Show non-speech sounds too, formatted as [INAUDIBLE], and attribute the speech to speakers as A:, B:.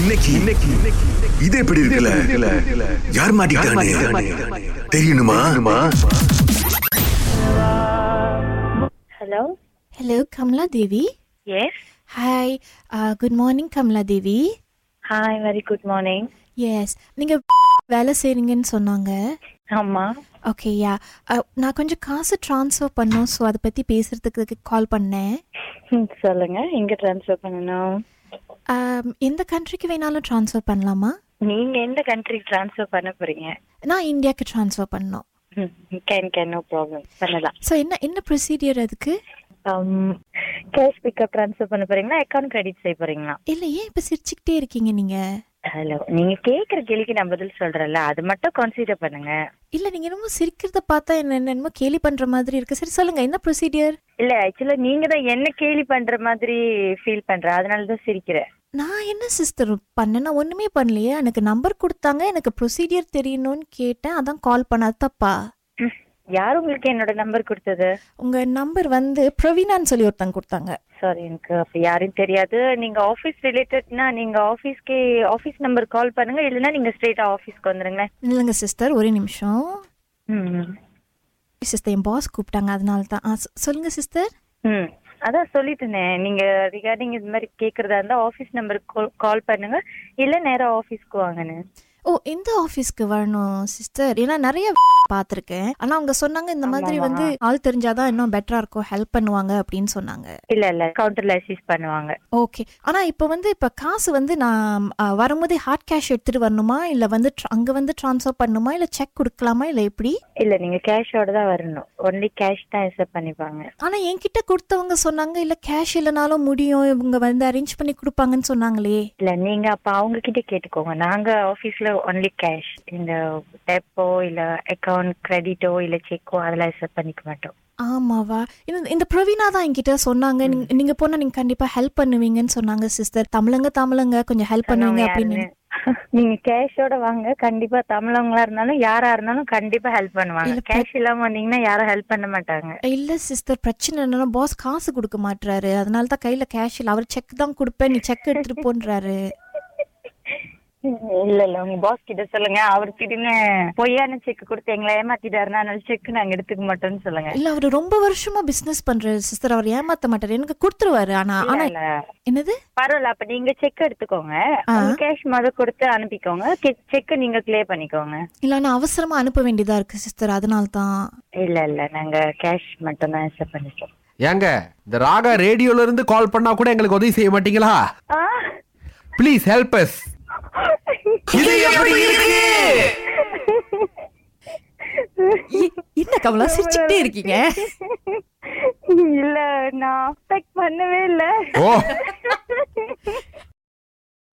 A: இன்னைக்கு இன்னைக்கு இன்னைக்கு- இது எப்படி இருக்குல்ல யார் மாட்டிக்கிட்டானே தெரியணுமா
B: hello
C: hello Kamala Devi
B: yes
C: hi good morning Kamala Devi
B: hi very good morning
C: yes நீங்கள் [LAUGHS] வேலை செய்கிறீங்கன்னு சொன்னாங்க
B: ஆமா
C: ஓகே யா நான் கொஞ்சம் காசு ட்ரான்ஸ்ஃபர் பண்ணோம் ஸோ அதை பற்றி பேசுகிறதுக்கு கால் பண்ணேன்
B: ம், சொல்லுங்க எங்க ட்ரான்ஸ்ஃபர் பண்ணணும்
C: Um, எந்த கண்ட்ரிக்கு வேணாலும் ட்ரான்ஸ்ஃபர் பண்ணலாமா
B: நீங்க எந்த கண்ட்ரிக்கு ட்ரான்ஸ்ஃபர் பண்ண போறீங்க
C: நான் இந்தியாவுக்கு ட்ரான்ஸ்ஃபர் பண்ணோம்
B: கேன் கேன் நோ ப்ராப்ளம் பண்ணலாம்
C: ஸோ என்ன என்ன ப்ரொசீடியர் அதுக்கு
B: Um, கேஷ் பிக்கப் ட்ரான்ஸ்ஃபர் பண்ண போறீங்களா அக்கௌண்ட் கிரெடிட் செய்ய போறீங்களா
C: இல்லை ஏன் இப்போ சிரிச்சுக்கிட்டே இருக்கீங்க நீங்கள்
B: ஹலோ நீங்க கேக்குற கேள்விக்கு நான் பதில் சொல்றேன்ல அது மட்டும் கன்சிடர் பண்ணுங்க
C: இல்லை நீங்கள் என்னமோ சிரிக்கிறத பார்த்தா என்ன என்னென்னமோ கேலி பண்ணுற மாதிரி இருக்கு சரி சொல்லுங்கள் என்ன ப்ரொசீடியர்
B: இல்ல ஆக்சுவலா நீங்க தான் என்ன கேலி பண்ற மாதிரி ஃபீல் பண்ற அதனால தான் சிரிக்கிறேன்
C: நான் என்ன சிஸ்டர் பண்ணேன்னா ஒன்றுமே பண்ணலையே எனக்கு நம்பர் கொடுத்தாங்க எனக்கு ப்ரொசீடியர் தெரியணும்னு கேட்டேன் அதான் கால் பண்ணாது தப்பா
B: ம், யார் உங்களுக்கு என்னோட நம்பர் கொடுத்தது
C: உங்கள் நம்பர் வந்து பிரவீனான்னு சொல்லி ஒருத்தங்க கொடுத்தாங்க
B: சாரி எனக்கு அப்படி யாரும் தெரியாது நீங்க ஆபீஸ் ரிலேட்டட்னா நீங்க ஆபீஸ்க்கு ஆபீஸ் நம்பர் கால் பண்ணுங்க இல்லைன்னா நீங்க ஸ்ட்ரெயிட்டா ஆபீஸ்க்கு வந்துருங்களேன்
C: இல்லைங்க சிஸ்டர் ஒரே நிமிஷம்
B: ம்.
C: சிஸ்டர் என் பாஸ் கூப்பிட்டாங்க அதனால தான் ஆ சொ- சொல்லுங்க சிஸ்டர்
B: ம் அதான் சொல்லிட்டுனேன் நீங்க ரிகார்டிங் இது மாதிரி கேக்குறதா இருந்தா ஆபீஸ் நம்பருக்கு கால் பண்ணுங்க இல்ல நேரா ஆபீஸ்க்கு வாங்கன்னு
C: ஓ எந்த ஆஃபீஸ்க்கு வரணும் சிஸ்டர் ஏன்னா நிறைய [LAUGHS] பார்த்துருக்கேன் ஆனால் அவங்க சொன்னாங்க இந்த மாதிரி வந்து ஆள் தெரிஞ்சாதான் இன்னும் பெட்டராக இருக்கும் ஹெல்ப் பண்ணுவாங்க அப்படின்னு சொன்னாங்க
B: இல்ல இல்ல கவுண்டர்ல அசிஸ்ட் பண்ணுவாங்க
C: ஓகே ஆனால் இப்போ வந்து இப்போ காசு வந்து நான் அ, வரும்போதே ஹார்ட் கேஷ் எடுத்துகிட்டு வரணுமா இல்லை வந்து அங்கே வந்து ட்ரான்ஸ்ஃபர் பண்ணணுமா இல்லை செக் கொடுக்கலாமா இல்லை எப்படி
B: இல்ல நீங்க கேஷோட தான் வரணும் ஒன்லி கேஷ் தான் அக்செப்ட் பண்ணிப்பாங்க
C: ஆனால் என்கிட்ட கொடுத்தவங்க சொன்னாங்க இல்லை கேஷ் இல்லைனாலும் முடியும் இவங்க வந்து அரேஞ்ச் பண்ணி கொடுப்பாங்கன்னு சொன்னாங்களே
B: இல்ல நீங்க அப்ப அவங்க கிட்ட கேட்டுக்கோங்க நாங்க ஆபீஸ்ல ஒன்லி கேஷ் இந்த டெப்போ இல்ல அக்கவுண்ட் கிரெடிட்டோ இல்ல செக்கோ அதெல்லாம் அக்செப்ட் பண்ணிக்க மாட்டோம்
C: ஆமாவா இந்த- இந்த பிரவீனா தான் என்கிட்ட சொன்னாங்க நீங்க- நீங்க போனா நீங்க கண்டிப்பா ஹெல்ப் பண்ணுவீங்கன்னு சொன்னாங்க சிஸ்டர் தமிழங்க தமிழங்க கொஞ்சம் ஹெல்ப் பண்ணுவீங்க அப்படின்னு
B: நீங்க கேஷோட வாங்க கண்டிப்பா தமிழவங்களா இருந்தாலும் யாரா இருந்தாலும் கண்டிப்பா ஹெல்ப் பண்ணுவாங்க
C: இல்ல,
B: கேஷ் இல்லாம வந்தீங்கன்னா யாரும் ஹெல்ப் பண்ண மாட்டாங்க
C: இல்ல சிஸ்டர் பிரச்சனை என்னன்னா பாஸ் காசு கொடுக்க மாட்டாரு அதனால தான் கையில கேஷ் இல்ல அவர் செக் தான் கொடுப்பேன் நீ செக் எடுத்துட்டு போன்றாரு
B: இல்ல இல்ல உங்க பாஸ் கிட்ட சொல்லுங்க அவர் திடீர்னு பொய்யான செக் கொடுத்து எங்களை ஏமாத்திட்டாருன்னா அதனால செக் நாங்க எடுத்துக்க மாட்டோம்னு சொல்லுங்க
C: இல்ல அவர் ரொம்ப வருஷமா பிசினஸ் பண்றாரு சிஸ்டர் அவர் ஏமாத்த மாட்டாரு எனக்கு கொடுத்துருவாரு ஆனா ஆனா
B: இல்ல.
C: என்னது
B: பரவாயில்ல அப்ப நீங்க செக் எடுத்துக்கோங்க கேஷ் முத கொடுத்து அனுப்பிக்கோங்க செக் நீங்க கிளியர் பண்ணிக்கோங்க
C: இல்ல நான் அவசரமா அனுப்ப வேண்டியதா இருக்கு சிஸ்டர் அதனால தான்
B: இல்ல இல்ல நாங்க கேஷ் மட்டும் தான் அக்செப்ட் பண்ணிக்கோம்
D: ஏங்க இந்த ராகா ரேடியோல இருந்து கால் பண்ணா கூட எங்களுக்கு உதவி செய்ய மாட்டீங்களா ப்ளீஸ் ஹெல்ப் அஸ் இது எப்படி இருக்கு
C: என்ன கமலா சிரிச்சுக்கிட்டே
B: [LAUGHS]
C: இருக்கீங்க
B: இல்ல நான் அஃபெக்ட் பண்ணவே இல்ல
D: ஓ